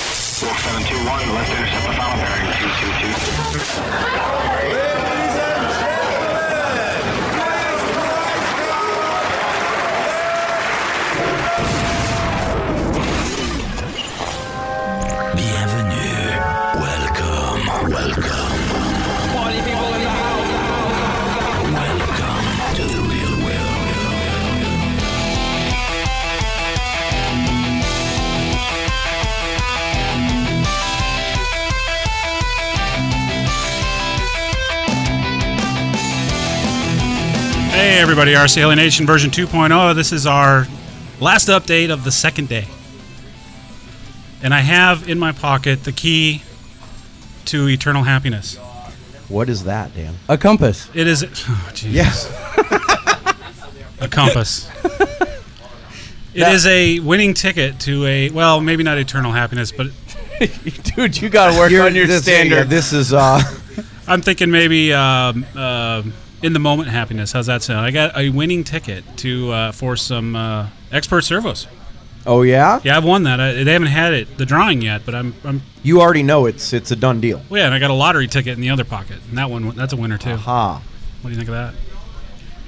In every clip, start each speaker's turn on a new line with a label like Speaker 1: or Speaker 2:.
Speaker 1: 721, let's intercept the final bearing, 222.
Speaker 2: Bienvenue. Welcome. Welcome.
Speaker 3: Party people in the house.
Speaker 2: Welcome to the real world.
Speaker 4: Hey everybody, RC Alienation version 2.0. This is our last update of the second day. And I have in my pocket the key to eternal happiness.
Speaker 5: What is that, Dan?
Speaker 6: A compass.
Speaker 4: It is oh, geez.
Speaker 5: Yes.
Speaker 4: a compass. It is a winning ticket to a well, maybe not eternal happiness, but
Speaker 6: Dude, you gotta work on your
Speaker 5: this, yeah,
Speaker 6: standard.
Speaker 5: this is uh,
Speaker 4: I'm thinking maybe um, um in the moment happiness. How's that sound? I got a winning ticket to uh, for some uh, expert servos.
Speaker 5: oh yeah.
Speaker 4: Yeah, I've won that. I, they haven't had it the drawing yet, but I'm I'm
Speaker 5: You already know it's it's a done deal.
Speaker 4: Well, yeah, and I got a lottery ticket in the other pocket, and that one that's a winner too.
Speaker 6: Uh-huh.
Speaker 5: Ha.
Speaker 4: What do you think of that?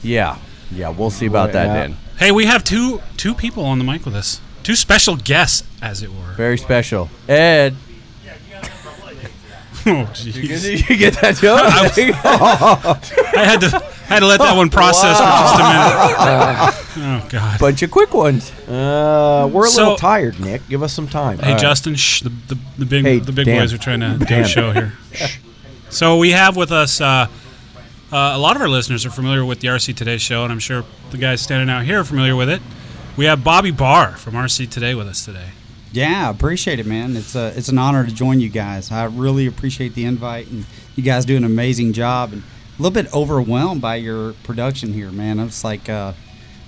Speaker 6: Yeah. Yeah, we'll see about that,
Speaker 5: Yeah.
Speaker 6: Dan.
Speaker 4: Hey, we have two two people on the mic with us, two special guests, as it were.
Speaker 6: Very special. Ed.
Speaker 4: Oh, jeez,
Speaker 6: you get that joke?
Speaker 4: I had to I had to let that one process for just a
Speaker 6: Uh,
Speaker 4: minute. Oh God.
Speaker 6: Bunch of quick ones.
Speaker 5: Uh, we're a
Speaker 4: So-
Speaker 5: little tired, Nick. Give us some time.
Speaker 4: Hey, Justin, shh, the, the, the big
Speaker 5: Hey,
Speaker 4: the big
Speaker 5: Dan.
Speaker 4: boys are trying to do a
Speaker 5: Dan.
Speaker 4: show here. Shh. So we have with us uh, uh, a lot of our listeners are familiar with the RC Today show, and I'm sure the guys standing out here are familiar with it. We have Bobby Barr from RC Today with us today.
Speaker 7: Yeah, I appreciate it, man. It's a, it's an honor to join you guys. I really appreciate the invite, and you guys do an amazing job. And a little bit overwhelmed by your production here, man. I'm just like, uh,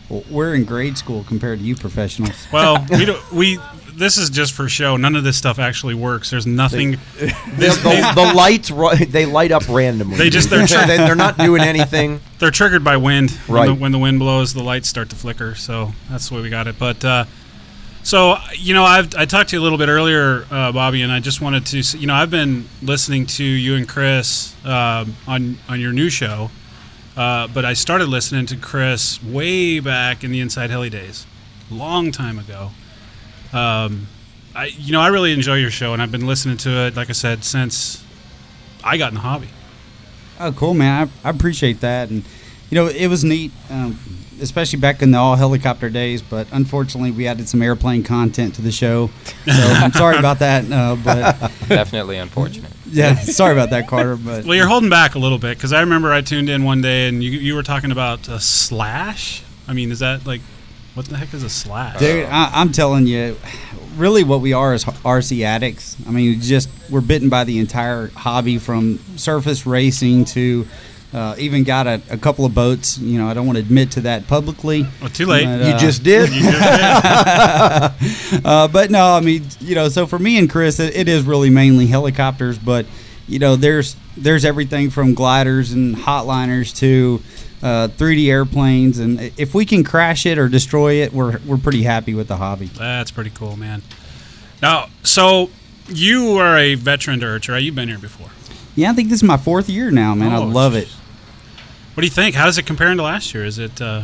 Speaker 7: well, we're in grade school compared to you professionals.
Speaker 4: Well, we do, we this is just for show. None of this stuff actually works. There's nothing. This,
Speaker 5: the, the lights ru- they light up randomly.
Speaker 4: They just- they're
Speaker 5: they're,
Speaker 4: trying-
Speaker 5: they're not doing anything.
Speaker 4: they're triggered by wind. When the,
Speaker 5: Right.
Speaker 4: when the wind blows, the lights start to flicker. So that's the way we got it. But uh, so you know, I've I talked to you a little bit earlier, uh, Bobby, and I just wanted to. s- You know, I've been listening to you and Chris um, on on your new show. Uh, but I started listening to Chris way back in the Inside Heli days, long time ago. Um, I, you know, I really enjoy your show, and I've been listening to it, like I said, since I got in the hobby.
Speaker 7: Oh, cool, man. I, I appreciate that. And, you know, it was neat, um, especially back in the all helicopter days. But unfortunately, we added some airplane content to the show. So I'm sorry about that. Uh, but
Speaker 8: Definitely unfortunate.
Speaker 7: yeah, sorry about that, Carter. But
Speaker 4: Well, you're holding back a little bit because I remember I tuned in one day and you, you were talking about a slash. I mean, is that like what the heck is a slash?
Speaker 7: Dude, I, I'm telling you, really, what we are is RC addicts. I mean, it's just we're bitten by the entire hobby from surface racing to uh, even got a, a couple of boats. You know, I don't want to admit to that publicly.
Speaker 4: Well, too late.
Speaker 7: But,
Speaker 5: You
Speaker 7: uh,
Speaker 5: just did.
Speaker 4: You just did.
Speaker 7: uh, but no, I mean, you know, so for me and Chris, it, it is really mainly helicopters, but you know, there's there's everything from gliders and hotliners to uh, 3D airplanes, and i- if we can crash it or destroy it, we're we're pretty happy with the hobby.
Speaker 4: That's pretty cool, man. Now, so you are a veteran to Urcher, right? You've been here before.
Speaker 7: Yeah, I think this is my fourth year now, man. I
Speaker 4: Oh,
Speaker 7: love
Speaker 4: jeez.
Speaker 7: it.
Speaker 4: What do you think? How does it compare to last year? Is it uh,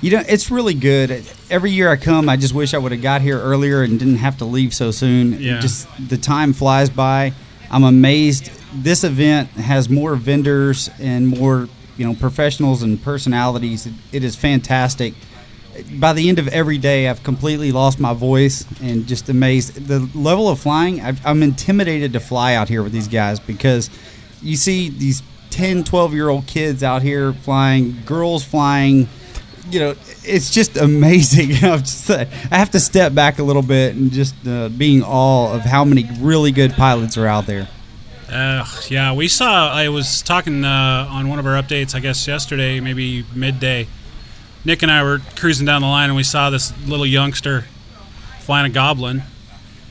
Speaker 7: You know, it's really good. Every year I come, I just wish I would have got here earlier and didn't have to leave so soon.
Speaker 4: Yeah.
Speaker 7: Just the time flies by. I'm amazed. This event has more vendors and more, you know, professionals and personalities. It, it is fantastic. By the end of every day, I've completely lost my voice and just amazed. The level of flying, I've, I'm intimidated to fly out here with these guys because you see these 10, 12 year old kids out here flying, girls flying, you know, it's just amazing. I'm just, I have to step back a little bit and just uh, being awe of how many really good pilots are out there.
Speaker 4: Uh, yeah, we saw. I was talking uh, on one of our updates, I guess yesterday, maybe midday. Nick and I were cruising down the line, and we saw this little youngster flying a goblin,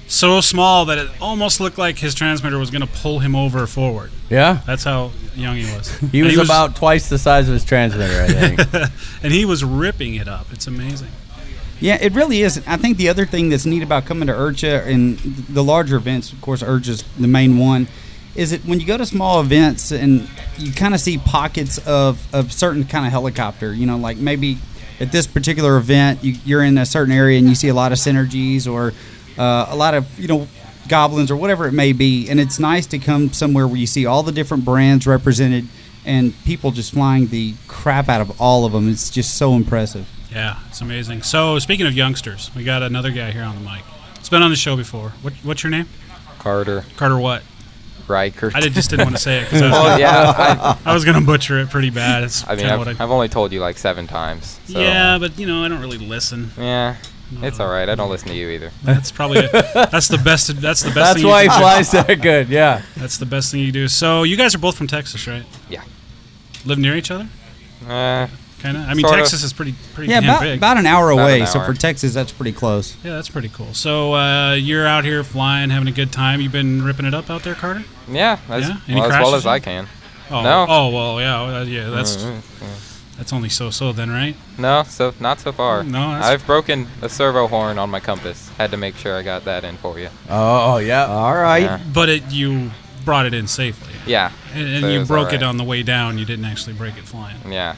Speaker 4: so small that it almost looked like his transmitter was going to pull him over forward.
Speaker 6: Yeah.
Speaker 4: That's how young he was.
Speaker 6: He
Speaker 4: And
Speaker 6: was, about twice the size of his transmitter, I think.
Speaker 4: and he was ripping it up. It's amazing.
Speaker 7: Yeah, it really is. I think the other thing that's neat about coming to Urcha and the larger events, of course, Urcha's the main one, is that when you go to small events and you kind of see pockets of, of certain kind of helicopter, you know, like maybe at this particular event, you, you're in a certain area and you see a lot of synergies or uh, a lot of, you know, goblins or whatever it may be. And it's nice to come somewhere where you see all the different brands represented and people just flying the crap out of all of them. It's just so impressive.
Speaker 4: Yeah, it's amazing. So, speaking of youngsters, we got another guy here on the mic. It's been on the show before. What, what's your name?
Speaker 8: Carter
Speaker 4: Carter what?
Speaker 8: Riker.
Speaker 4: I did, just didn't want to say it because I was,
Speaker 8: Well, yeah, I,
Speaker 4: I was going to butcher it pretty bad. It's
Speaker 8: I mean,
Speaker 4: kinda
Speaker 8: I've,
Speaker 4: what I,
Speaker 8: I've only told you like seven times. So.
Speaker 4: yeah, but you know, I don't really listen.
Speaker 8: Yeah, it's all right. I don't listen to you either.
Speaker 4: That's probably it. that's the best. That's the best.
Speaker 6: That's
Speaker 4: thing
Speaker 6: why he
Speaker 4: you can do.
Speaker 6: flies that good. Yeah.
Speaker 4: That's the best thing you do. So, you guys are both from Texas, right?
Speaker 8: Yeah.
Speaker 4: Live near each other,
Speaker 8: Uh,
Speaker 4: kind of. I mean,
Speaker 8: Sorta.
Speaker 4: Texas is pretty pretty
Speaker 7: Yeah,
Speaker 4: damn
Speaker 7: about,
Speaker 4: big.
Speaker 7: about an hour
Speaker 8: About
Speaker 7: away.
Speaker 8: an
Speaker 7: So
Speaker 8: hour.
Speaker 7: for Texas, that's pretty close.
Speaker 4: Yeah, that's pretty cool. So uh, you're out here flying, having a good time. You've been ripping it up out there, Carter.
Speaker 8: yeah, as,
Speaker 4: Yeah? Any
Speaker 8: Well, as well
Speaker 4: crashes
Speaker 8: as I
Speaker 4: yet?
Speaker 8: can.
Speaker 4: Oh,
Speaker 8: No. Mm-hmm,
Speaker 4: Oh well, yeah, uh, yeah. That's that's only so so then, right?
Speaker 8: No, so not so far.
Speaker 4: No, that's-
Speaker 8: I've broken a servo horn on my compass. Had to make sure I got that in for you.
Speaker 6: Oh, oh, yeah.
Speaker 5: All right.
Speaker 8: Yeah.
Speaker 4: But it you brought it in safely,
Speaker 8: Yeah.
Speaker 4: and, and
Speaker 8: so
Speaker 4: you
Speaker 8: was
Speaker 4: broke it
Speaker 8: alright.
Speaker 4: on the way down. You didn't actually break it flying.
Speaker 8: Yeah,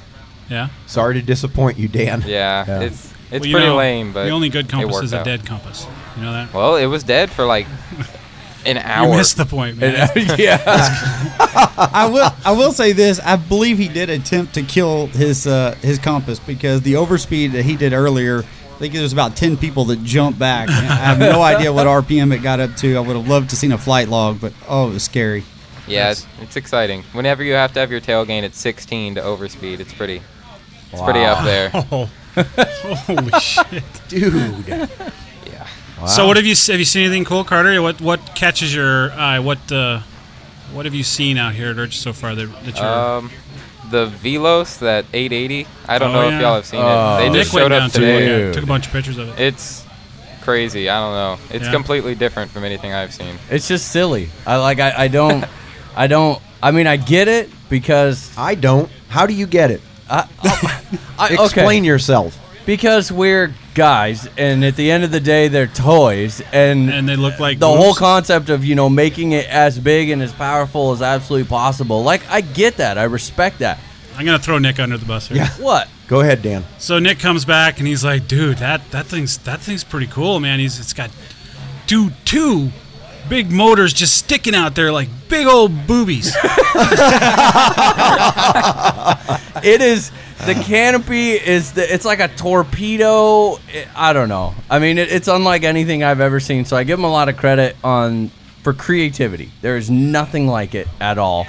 Speaker 4: Yeah.
Speaker 5: Sorry to disappoint you, Dan.
Speaker 8: yeah.
Speaker 6: Yeah.
Speaker 8: It's it's
Speaker 4: Well, you
Speaker 8: pretty
Speaker 4: know,
Speaker 8: lame, but
Speaker 4: the only good
Speaker 8: it
Speaker 4: compass
Speaker 8: worked
Speaker 4: is a
Speaker 8: out.
Speaker 4: dead compass. You know that.
Speaker 8: Well, it was dead for like an hour.
Speaker 4: You missed the point, man.
Speaker 6: yeah.
Speaker 7: I will. I will say this. I believe he did attempt to kill his uh, his compass because the overspeed that he did earlier. I think there was about ten people that jumped back. I have no idea what RPM it got up to. I would have loved to seen a flight log, but oh, it was scary.
Speaker 8: yeah, it's, it's exciting. Whenever you have to have your tail gain at 16 to overspeed, it's pretty. It's pretty up there.
Speaker 4: Oh. Holy shit!
Speaker 8: Yeah.
Speaker 4: So what have you have you seen anything cool, Carter? What what catches your eye? What uh, what have you seen out here at Urch so far that, that you're
Speaker 8: Um, the Velos, that 880. I don't
Speaker 4: Oh,
Speaker 8: know if
Speaker 4: yeah.
Speaker 8: y'all have seen
Speaker 6: Oh.
Speaker 8: it. They
Speaker 4: Nick
Speaker 8: just
Speaker 4: went
Speaker 8: showed
Speaker 4: down
Speaker 8: up
Speaker 4: to look
Speaker 8: today.
Speaker 4: at it, took a bunch of pictures of it.
Speaker 8: It's crazy. I don't know. It's
Speaker 4: Yeah.
Speaker 8: completely different from anything I've seen.
Speaker 6: It's just silly. I like. I, I don't. I don't. I mean, I get it because
Speaker 5: I don't. How do you get it?
Speaker 6: I, I, okay.
Speaker 5: Explain yourself.
Speaker 6: because we're guys, and at the end of the day, they're toys, and
Speaker 4: and they look like
Speaker 6: the whole
Speaker 4: boobs.
Speaker 6: concept of you know making it as big and as powerful as absolutely possible. Like I get that. I respect that.
Speaker 4: I'm gonna throw Nick under the bus here.
Speaker 5: Yeah.
Speaker 6: What?
Speaker 5: Go ahead, Dan.
Speaker 4: So Nick comes back and he's like, "Dude, that that thing's that thing's pretty cool, man. He's it's got dude two big motors just sticking out there like big old boobies."
Speaker 6: It is. The canopy is the. It's like a torpedo. I- I don't know. I mean, it, it's unlike anything I've ever seen. So I give them a lot of credit on for creativity. There is nothing like it at all.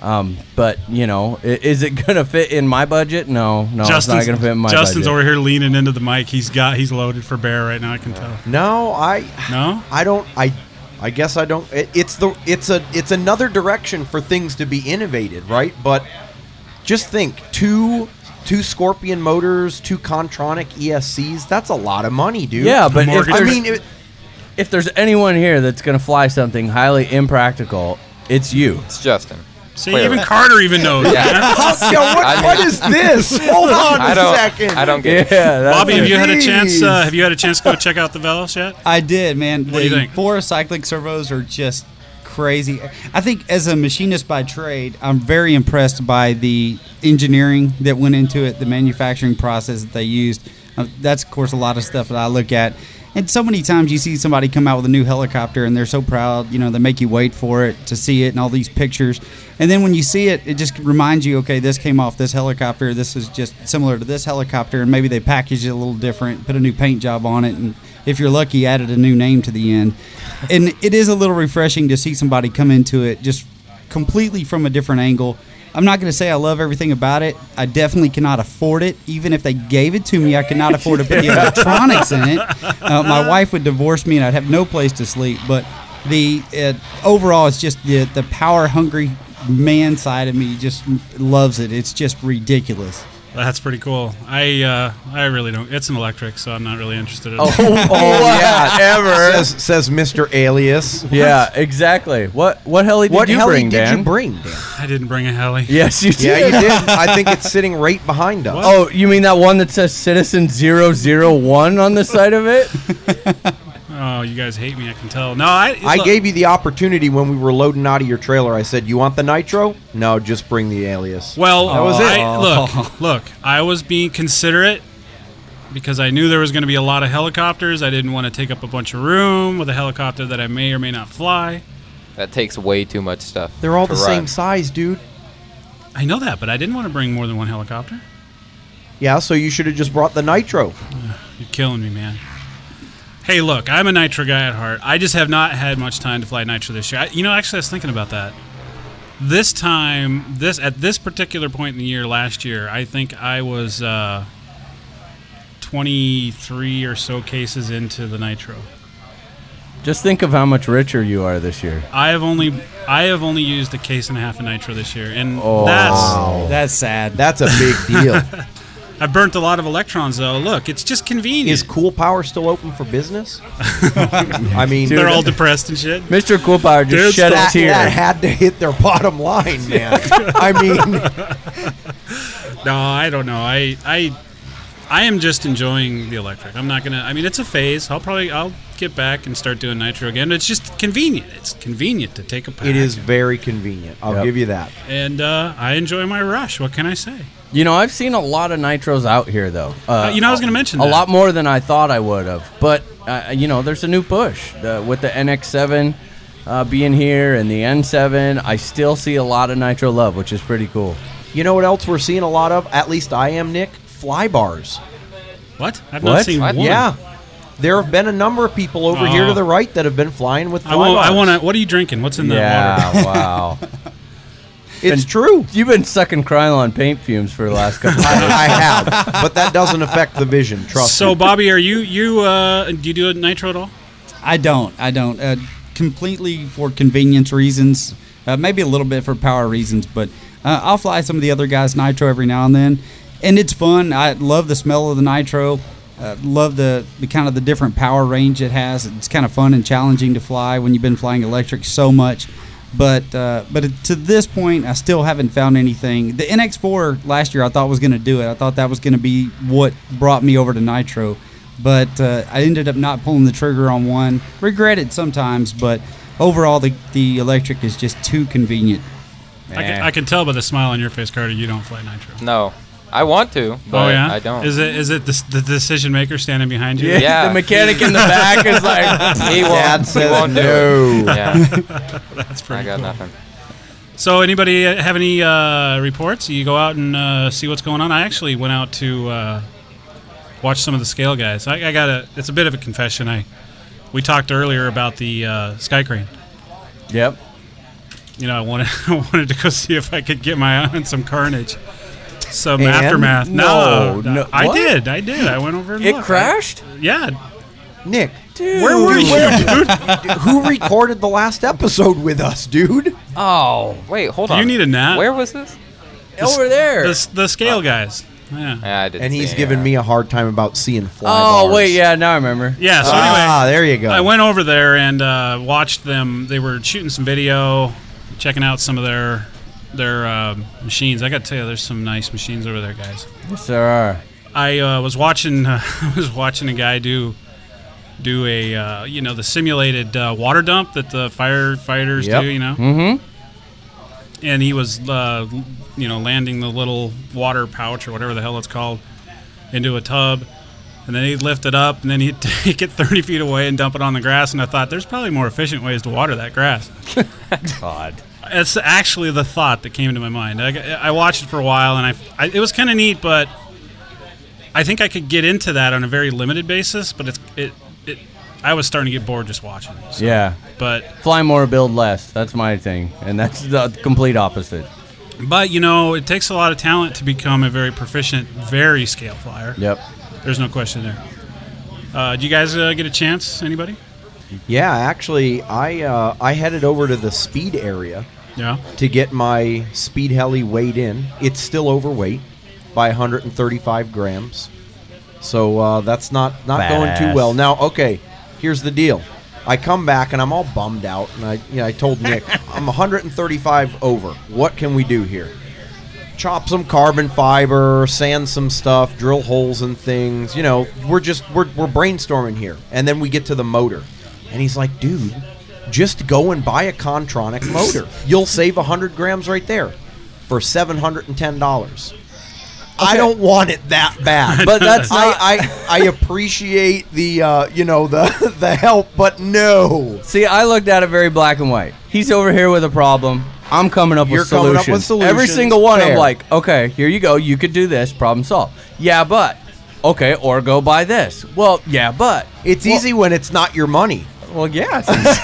Speaker 6: Um, but you know, i- is it gonna fit in my budget? No, no, it's not gonna fit in my
Speaker 4: Justin's
Speaker 6: budget.
Speaker 4: over here leaning into the mic. He's got he's loaded for bear right now. I can tell.
Speaker 5: No, I
Speaker 4: No,
Speaker 5: I don't. I. I guess I don't. It, it's the. It's a. It's another direction for things to be innovated, right? But just think two two Scorpion motors, two Contronic ESCs. That's a lot of money, dude.
Speaker 6: Yeah, but if
Speaker 4: Mortgage.
Speaker 5: I
Speaker 6: there's,
Speaker 5: mean, it,
Speaker 6: if there's anyone here that's gonna fly something highly impractical, it's you.
Speaker 8: It's Justin.
Speaker 4: see,
Speaker 8: clearly.
Speaker 4: even Carter even knows. man.
Speaker 5: yeah, what,
Speaker 8: I
Speaker 5: what
Speaker 8: mean-
Speaker 5: is this? Hold on a
Speaker 8: I don't.
Speaker 5: second.
Speaker 8: I don't
Speaker 6: Yeah,
Speaker 8: get. it.
Speaker 6: that's
Speaker 4: Bobby, have you had a chance? Uh,
Speaker 5: Jeez.
Speaker 4: have you had a chance to go check out the Velos yet?
Speaker 7: I did, man.
Speaker 4: What do
Speaker 7: the
Speaker 4: you think?
Speaker 7: four cyclic servos are just crazy. I think as a machinist by trade, I'm very impressed by the engineering that went into it, the manufacturing process that they used. Uh, that's of course a lot of stuff that I look at. And so many times you see somebody come out with a new helicopter and they're so proud, you know, they make you wait for it to see it and all these pictures. And then when you see it, it just reminds you, okay, this came off this helicopter. This is just similar to this helicopter. And maybe they packaged it a little different, put a new paint job on it, and if you're lucky, added a new name to the end. And it is a little refreshing to see somebody come into it just completely from a different angle. I'm not going to say I love everything about it. I definitely cannot afford it. Even if they gave it to me, I could not afford to put the electronics in it. Uh, my wife would divorce me, and I'd have no place to sleep. But the uh, overall, it's just the the power hungry man side of me just loves it. It's just ridiculous.
Speaker 4: That's pretty cool. I uh, I really don't. It's an electric, so I'm not really interested in it.
Speaker 6: Oh, yeah, ever.
Speaker 5: Says, says Mr. Alias.
Speaker 6: Yeah, exactly. What what hell did
Speaker 5: What
Speaker 6: you
Speaker 5: heli
Speaker 6: bring,
Speaker 5: did
Speaker 6: Dan?
Speaker 5: you bring, Dan?
Speaker 4: I didn't bring a heli.
Speaker 6: Yes, you did.
Speaker 5: Yeah, you did. I think it's sitting right behind us.
Speaker 6: Oh, you mean that one that says Citizen 001 on the side of it?
Speaker 4: Oh, you guys hate me. I can tell. No, I.
Speaker 5: I
Speaker 4: look,
Speaker 5: gave you the opportunity when we were loading out of your trailer. I said, "You want the nitro? No, just bring the alias."
Speaker 4: Well,
Speaker 5: That was it.
Speaker 4: I, look, look. I was being considerate because I knew there was going to be a lot of helicopters. I didn't want to take up a bunch of room with a helicopter that I may or may not fly.
Speaker 8: That takes way too much stuff.
Speaker 5: They're all
Speaker 8: to
Speaker 5: the
Speaker 8: run.
Speaker 5: same size, dude.
Speaker 4: I know that, but I didn't want to bring more than one helicopter.
Speaker 5: Yeah, so you should have just brought the nitro.
Speaker 4: You're killing me, man. Hey, look, I'm a nitro guy at heart. I just have not had much time to fly nitro this year. I, you know, actually, I was thinking about that. This time, this at this particular point in the year last year, I think I was uh, 23 or so cases into the nitro.
Speaker 6: Just think of how much richer you are this year.
Speaker 4: I have only I have only used a case and a half of nitro this year, and that's
Speaker 5: Oh.
Speaker 7: That's sad.
Speaker 5: That's a big deal.
Speaker 4: I burnt a lot of electrons though. Look, it's just convenient.
Speaker 5: Is Cool Power still open for business? I mean,
Speaker 4: They're all depressed and shit.
Speaker 6: Mr. Coolpower
Speaker 4: Dude,
Speaker 6: just shed a
Speaker 5: that,
Speaker 6: tear.
Speaker 5: that had to hit their bottom line, man. I mean,
Speaker 4: No, I don't know. I I I am just enjoying the electric. I'm not gonna. I mean, it's a phase. I'll probably I'll get back and start doing nitro again. It's just convenient. It's convenient to take a pack.
Speaker 5: it is very convenient. I'll
Speaker 6: Yep.
Speaker 5: give you that.
Speaker 4: and uh, I enjoy my rush. What can I say?
Speaker 6: You know, I've seen a lot of nitros out here, though. Uh,
Speaker 4: Uh, you know, I was gonna mention
Speaker 6: a
Speaker 4: that.
Speaker 6: lot more than I thought I would have. But uh, you know, there's a new push the, with the NX7 uh, being here and the N7. I still see a lot of nitro love, which is pretty cool.
Speaker 5: You know what else we're seeing a lot of? At least I am, Nick. Fly bars.
Speaker 4: What? I've not
Speaker 6: What?
Speaker 4: seen
Speaker 8: What?
Speaker 4: one.
Speaker 5: Yeah. There have been a number of people over here to the right that have been flying with fly
Speaker 4: Oh. I want.
Speaker 5: bars.
Speaker 4: I want to. What are you drinking? What's in that water?
Speaker 6: Yeah, wow.
Speaker 5: It's true.
Speaker 6: You've been sucking Krylon paint fumes for the last couple. of days.
Speaker 5: I have, but that doesn't affect the vision. Trust
Speaker 4: So,
Speaker 5: me.
Speaker 4: Bobby, are you you uh, do you do nitro at all?
Speaker 7: I don't. I don't. Uh, completely for convenience reasons, uh, maybe a little bit for power reasons, but uh, I'll fly some of the other guys' nitro every now and then, and it's fun. I love the smell of the nitro. Uh, love the, the kind of the different power range it has. It's kind of fun and challenging to fly when you've been flying electric so much. But uh, but to this point, I still haven't found anything. The NX4 last year I thought was going to do it. I thought that was going to be what brought me over to nitro but uh, I ended up not pulling the trigger on one. Regret it sometimes, but overall, the, the electric is just too convenient.
Speaker 4: I can, I can tell by the smile on your face, Carter. You don't fly nitro.
Speaker 8: No, I want to, but
Speaker 4: oh yeah.
Speaker 8: I don't.
Speaker 4: Is it is it the, the decision maker standing behind you?
Speaker 8: Yeah.
Speaker 6: the mechanic in the back is like,
Speaker 8: he won't.
Speaker 5: Dad
Speaker 8: he
Speaker 5: says
Speaker 8: won't do
Speaker 5: no.
Speaker 8: it. Yeah,
Speaker 4: That's pretty
Speaker 8: I got
Speaker 4: cool.
Speaker 8: nothing.
Speaker 4: So, anybody uh, have any uh, reports? You go out and uh, see what's going on. I actually went out to uh, watch some of the scale guys. I, I got a. It's a bit of a confession. I we talked earlier about the uh, sky crane.
Speaker 6: yep.
Speaker 4: You know, I wanted I wanted to go see if I could get my eye on some carnage, some
Speaker 5: And?
Speaker 4: aftermath.
Speaker 6: No,
Speaker 4: No,
Speaker 6: no-
Speaker 4: I
Speaker 6: what?
Speaker 4: did. I did. I went over and
Speaker 6: It
Speaker 4: looked.
Speaker 6: crashed.
Speaker 4: yeah.
Speaker 5: Nick,
Speaker 6: Dude.
Speaker 4: Where were you, dude?
Speaker 5: who recorded the last episode with us, dude?
Speaker 6: Oh,
Speaker 8: Wait, hold
Speaker 4: Do
Speaker 8: on.
Speaker 4: you need a nap?
Speaker 8: Where was this?
Speaker 6: over there.
Speaker 4: The, s- the scale guys. Yeah.
Speaker 8: Yeah, I didn't
Speaker 5: And
Speaker 8: see
Speaker 5: he's
Speaker 8: it.
Speaker 5: giving me a hard time about seeing fly
Speaker 6: oh
Speaker 5: bars.
Speaker 6: wait, yeah, now I remember.
Speaker 4: Yeah. So anyway,
Speaker 5: Ah, there you go.
Speaker 4: I went over there and uh, watched them. They were shooting some video, checking out some of their their uh, machines. I got to tell you, there's some nice machines over there, guys.
Speaker 6: Oh, Yes, there are.
Speaker 4: I uh, was watching I was watching a guy do do a uh, you know the simulated uh, water dump that the firefighters
Speaker 5: Yep.
Speaker 4: do. You know. Mm-hmm. And he was uh, you know landing the little water pouch or whatever the hell it's called into a tub. And then he'd lift it up, and then he'd take it 30 feet away and dump it on the grass. And I thought, there's probably more efficient ways to water that grass.
Speaker 6: God.
Speaker 4: That's actually the thought that came into my mind. I, I watched it for a while, and I, I it was kind of neat, but I think I could get into that on a very limited basis. But it's it, it I was starting to get bored just watching. it, so-
Speaker 6: Yeah.
Speaker 4: But
Speaker 6: Fly more, build less. That's my thing, and that's the complete opposite.
Speaker 4: but you know, it takes a lot of talent to become a very proficient, very scale flyer.
Speaker 6: Yep.
Speaker 4: There's no question there. Uh, do you guys uh, get a chance? Anybody?
Speaker 5: Yeah, actually, I uh, I headed over to the speed area
Speaker 4: Yeah.
Speaker 5: to get my speed heli weighed in. It's still overweight. by 135 grams. So uh, that's not not going
Speaker 6: Badass.
Speaker 5: too well. Now, okay, here's the deal. I come back and I'm all bummed out, and I you know, I told Nick I'm 135 over. What can we do here? Chop some carbon fiber, sand some stuff, drill holes and things. You know, we're just we're we're brainstorming here, and then we get to the motor, and he's like, dude. Just go and buy a Contronic motor. You'll save 100 grams right there for $710. I don't want it that bad.
Speaker 6: But that's not-
Speaker 5: I, I I appreciate the uh, you know the the help, but no.
Speaker 6: See, I looked at it very black and white. He's over here with a problem. I'm coming up
Speaker 5: You're
Speaker 6: with
Speaker 5: coming
Speaker 6: solutions.
Speaker 5: up with
Speaker 6: Every
Speaker 5: solutions.
Speaker 6: single one,
Speaker 5: Fair.
Speaker 6: I'm like, okay, here you go. You could do this. Problem solved. Yeah, but okay, or go buy this. Well, yeah, but
Speaker 5: It's easy when it's not your money.
Speaker 6: well, yeah. it's-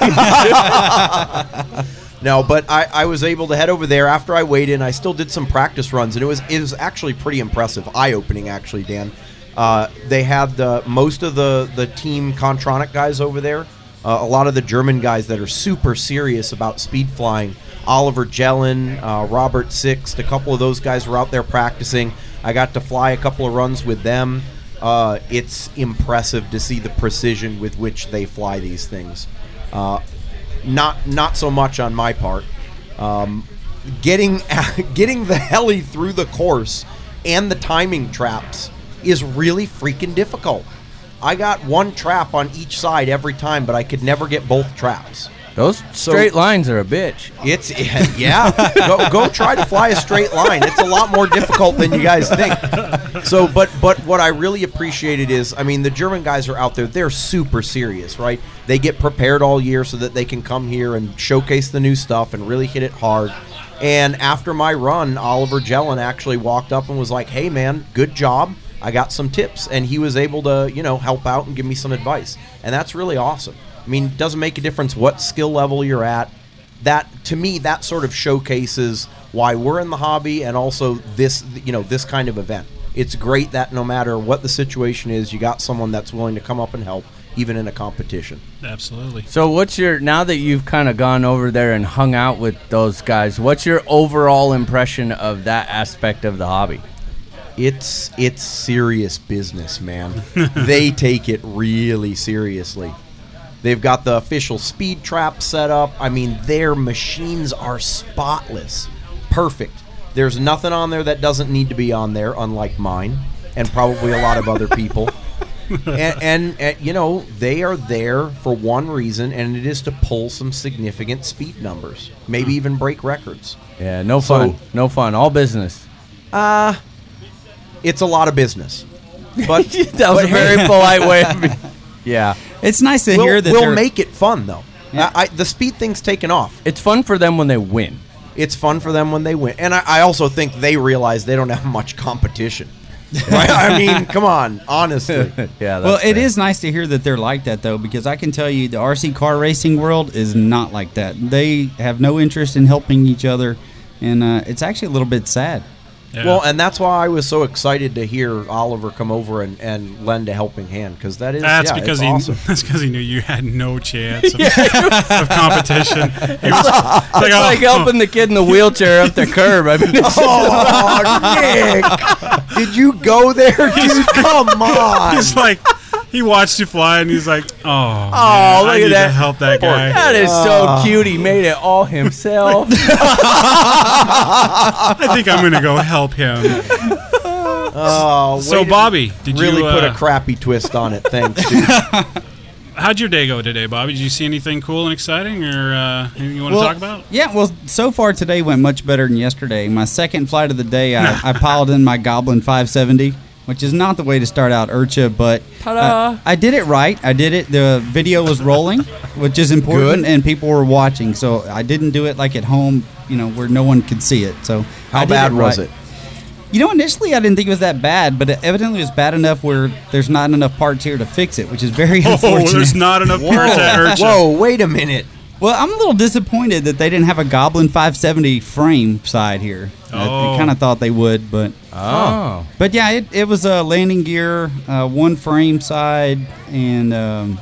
Speaker 5: No, but I, I was able to head over there after I weighed in. I still did some practice runs, and it was it was actually pretty impressive, eye opening actually. Dan, uh, they had the most of the the team Contronic guys over there. Uh, a lot of the German guys that are super serious about speed flying. Oliver Jellin, uh, Robert Sixt, a couple of those guys were out there practicing. I got to fly a couple of runs with them. Uh, it's impressive to see the precision with which they fly these things. Uh, not not so much on my part. Um, getting getting the heli through the course and the timing traps is really freaking difficult. I got one trap on each side every time, but I could never get both traps.
Speaker 6: Those
Speaker 5: So-
Speaker 6: straight lines are a bitch.
Speaker 5: It's yeah. go, go try to fly a straight line. It's a lot more difficult than you guys think. So, but but what I really appreciated is, I mean, the German guys are out there. They're super serious, right? They get prepared all year so that they can come here and showcase the new stuff and really hit it hard. And after my run, Oliver Jellin actually walked up and was like, "Hey, man, good job. I got some tips." And he was able to, you know, help out and give me some advice. And that's really awesome. I mean, it doesn't make a difference what skill level you're at that to me that sort of showcases why we're in the hobby and also this you know this kind of event it's great that no matter what the situation is you got someone that's willing to come up and help even in a competition
Speaker 4: Absolutely.
Speaker 6: So, what's your now that you've kind of gone over there and hung out with those guys? What's your overall impression of that aspect of the hobby?
Speaker 5: it's it's serious business, man. they take it really seriously. They've got the official speed trap set up. I mean, their machines are spotless, perfect. There's nothing on there that doesn't need to be on there, unlike mine, and probably a lot of other people. and, and, and you know they are there for one reason, and it is to pull some significant speed numbers, maybe even break records.
Speaker 6: Yeah, no
Speaker 5: So-
Speaker 6: fun. no fun. All business.
Speaker 5: It's a lot of business, but
Speaker 6: that was a very polite way. Of me. Yeah,
Speaker 7: It's nice to
Speaker 5: we'll,
Speaker 7: hear that
Speaker 5: we'll
Speaker 7: they're-
Speaker 5: make it fun though. I, I, the speed thing's taken off.
Speaker 6: it's fun for them when they win.
Speaker 5: It's fun for them when they win, and I, I also think they realize they don't have much competition. Right? I mean, come on, honestly.
Speaker 6: Yeah.
Speaker 7: well, it is nice to hear that they're like that though, because I can tell you the RC car racing world is not like that. They have no interest in helping each other, and uh, it's actually a little bit sad.
Speaker 4: Yeah.
Speaker 5: Well, and that's why I was so excited to hear Oliver come over and, and lend a helping hand because that is
Speaker 4: that's
Speaker 5: yeah,
Speaker 4: because
Speaker 5: it's
Speaker 4: he
Speaker 5: awesome.
Speaker 4: that's because he knew you had no chance of, of competition. He was like,
Speaker 6: It's
Speaker 4: "Oh,
Speaker 6: like helping the kid in the wheelchair up the curb. I mean, it's-
Speaker 5: Oh, Nick! Did you go there, dude? Come on!
Speaker 4: He's like, he watched you fly, and he's like, oh, man,
Speaker 6: oh, look
Speaker 4: I
Speaker 6: at
Speaker 4: need
Speaker 6: that!
Speaker 4: to help that guy.
Speaker 6: That is so cute. He made it all himself.
Speaker 4: I think I'm gonna go help him.
Speaker 5: Oh,
Speaker 4: So,
Speaker 5: way to
Speaker 4: Bobby, did
Speaker 5: really
Speaker 4: you
Speaker 5: put
Speaker 4: uh,
Speaker 5: a crappy twist on it. Thanks, dude.
Speaker 4: How'd your day go today, Bobby? Did you see anything cool and exciting, or uh, anything you want to
Speaker 7: Well,
Speaker 4: talk about?
Speaker 7: Yeah, well, so far today went much better than yesterday. My second flight of the day, I, I piled in my Goblin 570, which is not the way to start out Urcha, but uh,
Speaker 6: Ta-da.
Speaker 7: I did it right. I did it. The video was rolling, which is important, and people were watching. So I didn't do it like at home, you know, where no one could see it. So I
Speaker 5: How
Speaker 7: did
Speaker 5: bad was
Speaker 7: right.
Speaker 5: it?
Speaker 7: You know, initially I didn't think it was that bad, but evidently it was bad enough where there's not enough parts here to fix it, which is very
Speaker 4: Oh,
Speaker 7: unfortunate.
Speaker 4: there's not enough parts at Urchin.
Speaker 5: Whoa! Wait a minute.
Speaker 7: Well, I'm a little disappointed that they didn't have a Goblin 570 frame side here. I,
Speaker 4: Oh.
Speaker 7: kind of thought they would, but
Speaker 6: oh,
Speaker 7: but yeah, it, it was a landing gear, uh, one frame side, and um,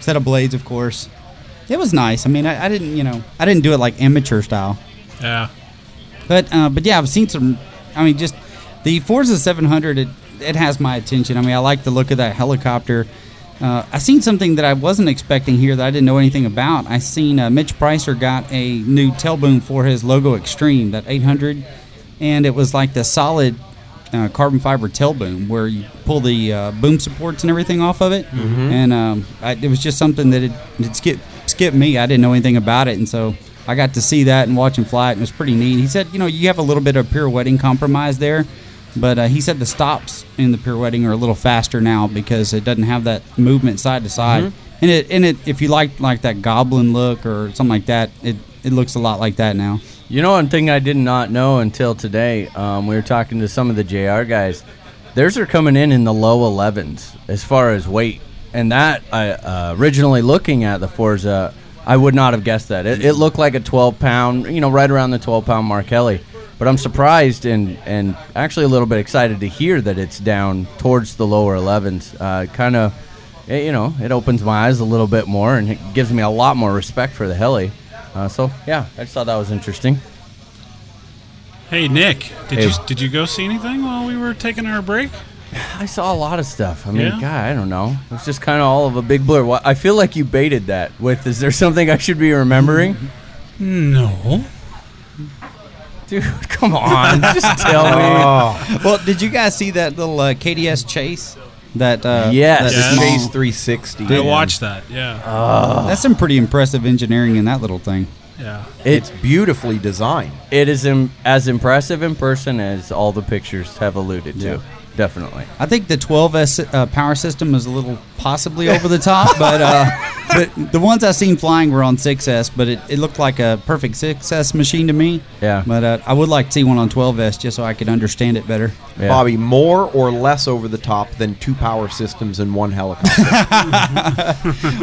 Speaker 7: set of blades, of course. It was nice. I mean, I, I didn't you know I didn't do it like amateur style,
Speaker 4: Yeah.
Speaker 7: but uh, but yeah, I've seen some. I mean, just The Forza 700, it, it has my attention. I mean, I like the look of that helicopter. Uh, I seen something that I wasn't expecting here that I didn't know anything about. I seen uh, Mitch Pricer got a new tailboom for his Logo Extreme, that 800, and it was like the solid uh, carbon fiber tailboom where you pull the uh, boom supports and everything off of it. And um, I, it was just something that it, it skipped, skipped me. I didn't know anything about it, and so I got to see that and watch him fly it, and it was pretty neat. He said, you know, you have a little bit of pirouetting compromise there, but uh, he said the stops in the pirouetting are a little faster now because it doesn't have that movement side to side. And it, and it, if you like like that goblin look or something like that, it, it looks a lot like that now.
Speaker 6: You know, one thing I did not know until today, um, we were talking to some of the JR guys. Theirs are coming in in the low 11s as far as weight, and that I uh, originally looking at the Forza, I would not have guessed that. It, it looked like a 12 pound, you know, right around the 12 pound Markelli. But I'm surprised and and actually a little bit excited to hear that it's down towards the lower 11s. Uh, kind of, you know, it opens my eyes a little bit more and it gives me a lot more respect for the heli. Uh, so yeah, I just thought that was interesting.
Speaker 4: Hey Nick, did
Speaker 6: Hey.
Speaker 4: you did you go see anything while we were taking our break?
Speaker 6: I saw a lot of stuff. I mean,
Speaker 4: Yeah?
Speaker 6: God, I don't know. It was just kind of all of a big blur. Wha- I feel like you baited that with, is there something I should be remembering?
Speaker 4: No.
Speaker 6: Dude, come on. just tell
Speaker 5: Oh.
Speaker 6: me.
Speaker 7: well, did you guys see that little uh, KDS chase? That uh, that
Speaker 6: Yes.
Speaker 4: Yes.
Speaker 7: small-
Speaker 5: Chase 360.
Speaker 4: I watched that. Yeah.
Speaker 7: That's some pretty impressive engineering in that little thing.
Speaker 4: yeah.
Speaker 5: It's beautifully designed.
Speaker 6: It is Im- as impressive in person as all the pictures have alluded to. Definitely.
Speaker 7: I think the 12S uh, power system is a little possibly over the top, but uh, but the ones I seen flying were on 6S, but it, it looked like a perfect 6S machine to me.
Speaker 6: Yeah.
Speaker 7: But uh, I would like to see one on 12S just so I could understand it better.
Speaker 6: Yeah.
Speaker 5: Bobby, more or less over the top than two power systems in one helicopter.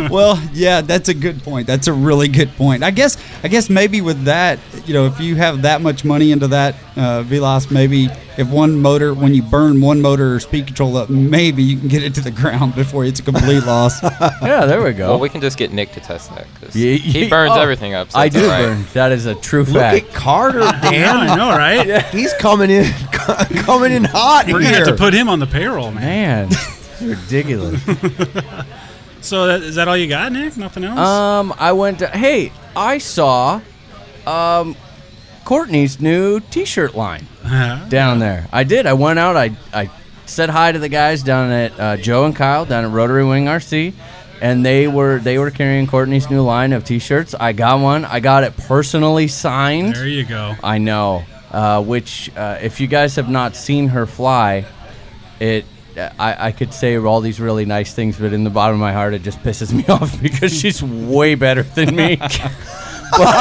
Speaker 7: well, yeah, that's a good point. That's a really good point. I guess I guess maybe with that, you know, if you have that much money into that uh, Velos, maybe if one motor, when you burn one motor or speed control up, maybe you can get it to the ground before it's a complete loss.
Speaker 6: Yeah, there we go.
Speaker 5: Oh.
Speaker 8: Well, we can just get Nick to test that because
Speaker 6: Yeah,
Speaker 8: he
Speaker 6: yeah.
Speaker 8: burns
Speaker 6: Oh,
Speaker 8: everything up. So
Speaker 6: I
Speaker 8: it's
Speaker 6: do
Speaker 8: all right.
Speaker 6: burn. That is a true
Speaker 5: Look
Speaker 6: fact.
Speaker 5: at Carter,
Speaker 4: Yeah,
Speaker 5: Dan.
Speaker 4: I know, right?
Speaker 5: He's coming in, coming in hot
Speaker 4: We're gonna
Speaker 5: here.
Speaker 4: have to put him on the payroll, man.
Speaker 6: Man, it's ridiculous.
Speaker 4: So that, is that all you got, Nick? Nothing else?
Speaker 6: Um, I went to. Hey, I saw, um, Courtney's new T-shirt line
Speaker 4: Uh-huh.
Speaker 6: down there. I did. I went out. I I said hi to the guys down at uh, Joe and Kyle down at Rotary Wing RC, and they were they were carrying Courtney's new line of T-shirts. I got one. I got it personally signed.
Speaker 4: there you go.
Speaker 6: I know. Uh, which, uh, if you guys have not seen her fly, it. I, I could say all these really nice things, but in the bottom of my heart, it just pisses me off because she's way better than me.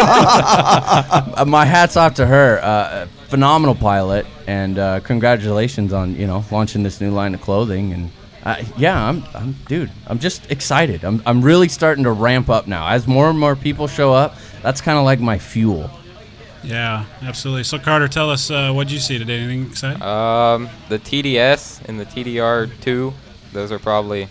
Speaker 6: But- my hat's off to her. Uh, phenomenal pilot, and uh, congratulations on you know launching this new line of clothing. And uh, yeah, I'm, I'm, dude, I'm just excited. I'm, I'm really starting to ramp up now. As more and more people show up, that's kind of like my fuel.
Speaker 4: Yeah, absolutely. So Carter, tell us uh, what you see today. Anything exciting?
Speaker 8: Um, the TDS and the TDR2, those are probably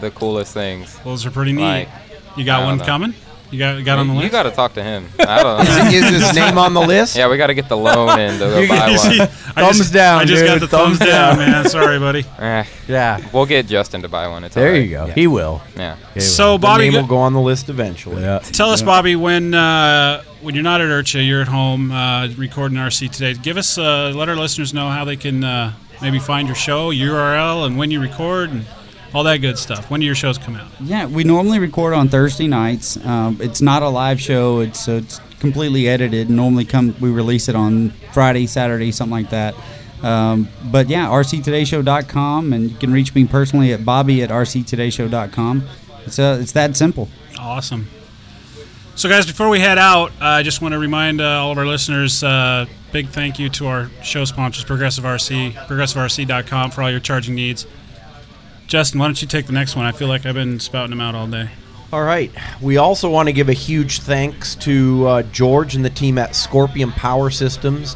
Speaker 8: the coolest things.
Speaker 4: Those are pretty neat.
Speaker 8: like,
Speaker 4: you
Speaker 8: I
Speaker 4: got
Speaker 8: don't
Speaker 4: one
Speaker 8: know.
Speaker 4: coming? You got got on the
Speaker 8: you
Speaker 4: list?
Speaker 8: got to talk to him. I don't know.
Speaker 5: Is his name on the list?
Speaker 8: Yeah, we got to get the loan in to go buy
Speaker 4: You see-
Speaker 8: one.
Speaker 4: I just,
Speaker 6: Thumbs down,
Speaker 4: I just got
Speaker 6: dude.
Speaker 4: the thumbs,
Speaker 6: Thumbs
Speaker 4: down,
Speaker 6: down.
Speaker 4: man. Sorry, buddy.
Speaker 8: Eh,
Speaker 6: Yeah.
Speaker 8: we'll get Justin to buy one. It's
Speaker 6: There
Speaker 8: all
Speaker 6: you go. He will.
Speaker 8: Yeah.
Speaker 6: He
Speaker 4: So
Speaker 6: will.
Speaker 5: The
Speaker 4: Bobby,
Speaker 5: name
Speaker 4: go-
Speaker 5: will go on the list eventually.
Speaker 6: Yeah.
Speaker 4: tell us, Bobby, when uh, when you're not at Urcha, you're at home uh, recording RC today. Give us, uh, let our listeners know how they can uh, maybe find your show URL and when you record and all that good stuff. When do your shows come out?
Speaker 7: Yeah, we normally record on Thursday nights. Um, it's not a live show. It's so it's completely edited. Normally, come we release it on Friday, Saturday, something like that. Um, but yeah, rctodayshow.com, and you can reach me personally at bobby at rctodayshow.com. It's uh, it's that simple.
Speaker 4: Awesome. So, guys, before we head out, uh, I just want to remind uh, all of our listeners uh, big thank you to our show sponsors, Progressive RC, progressiverc.com, for all your charging needs. Justin, why don't you take the next one? I feel like I've been spouting them out all day.
Speaker 5: All right. We also want to give a huge thanks to uh, George and the team at Scorpion Power Systems,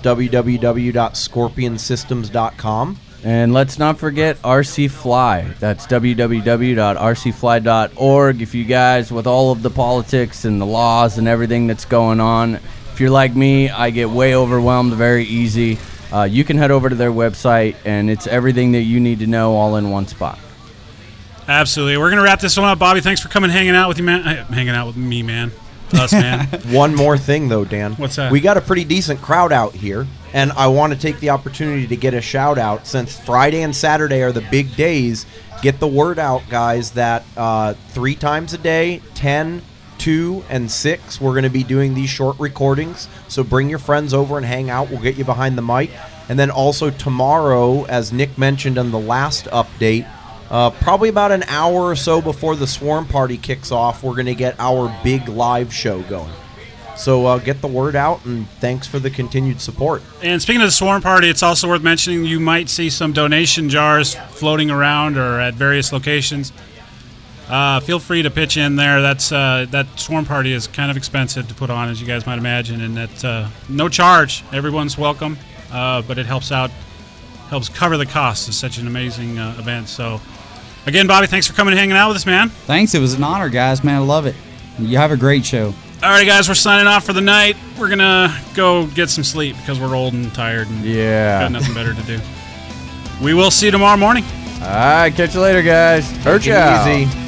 Speaker 5: www.scorpionsystems.com.
Speaker 6: And let's not forget RC Fly. That's www.rcfly.org. If you guys, with all of the politics and the laws and everything that's going on, if you're like me, I get way overwhelmed very easy. uh, you can head over to their website, and it's everything that you need to know all in one spot.
Speaker 4: Absolutely. We're gonna wrap this one up, Bobby. Thanks for coming, hanging out with you, man. eh, Hanging out with me, man. Us, man.
Speaker 5: One more thing, though, Dan.
Speaker 4: What's that?
Speaker 5: We got a pretty decent crowd out here, and I want to take the opportunity to get a shout out since Friday and Saturday are the big days. Get the word out, guys, that uh, three times a day, 10, 2, and 6, we're going to be doing these short recordings. So bring your friends over and hang out. We'll get you behind the mic. And then also tomorrow, as Nick mentioned on the last update, uh, probably about an hour or so before the swarm party kicks off, we're going to get our big live show going. So uh, get the word out, and thanks for the continued support.
Speaker 4: And speaking of the swarm party, it's also worth mentioning you might see some donation jars floating around or at various locations. Uh, feel free to pitch in there. That's uh, that swarm party is kind of expensive to put on, as you guys might imagine, and that's uh, no charge. Everyone's welcome, uh, but it helps out, helps cover the cost of such an amazing uh, event. So, again, Bobby, thanks for coming and hanging out with us, man.
Speaker 7: Thanks. It was an honor, guys. Man, I love it. You have a great show.
Speaker 4: All right, guys, we're signing off for the night. We're gonna go get some sleep because we're old and tired and
Speaker 6: Yeah.
Speaker 4: got nothing better to do. We will see you tomorrow morning.
Speaker 6: All right, catch you later, guys. Hurt
Speaker 5: Take it
Speaker 6: ya.
Speaker 5: easy.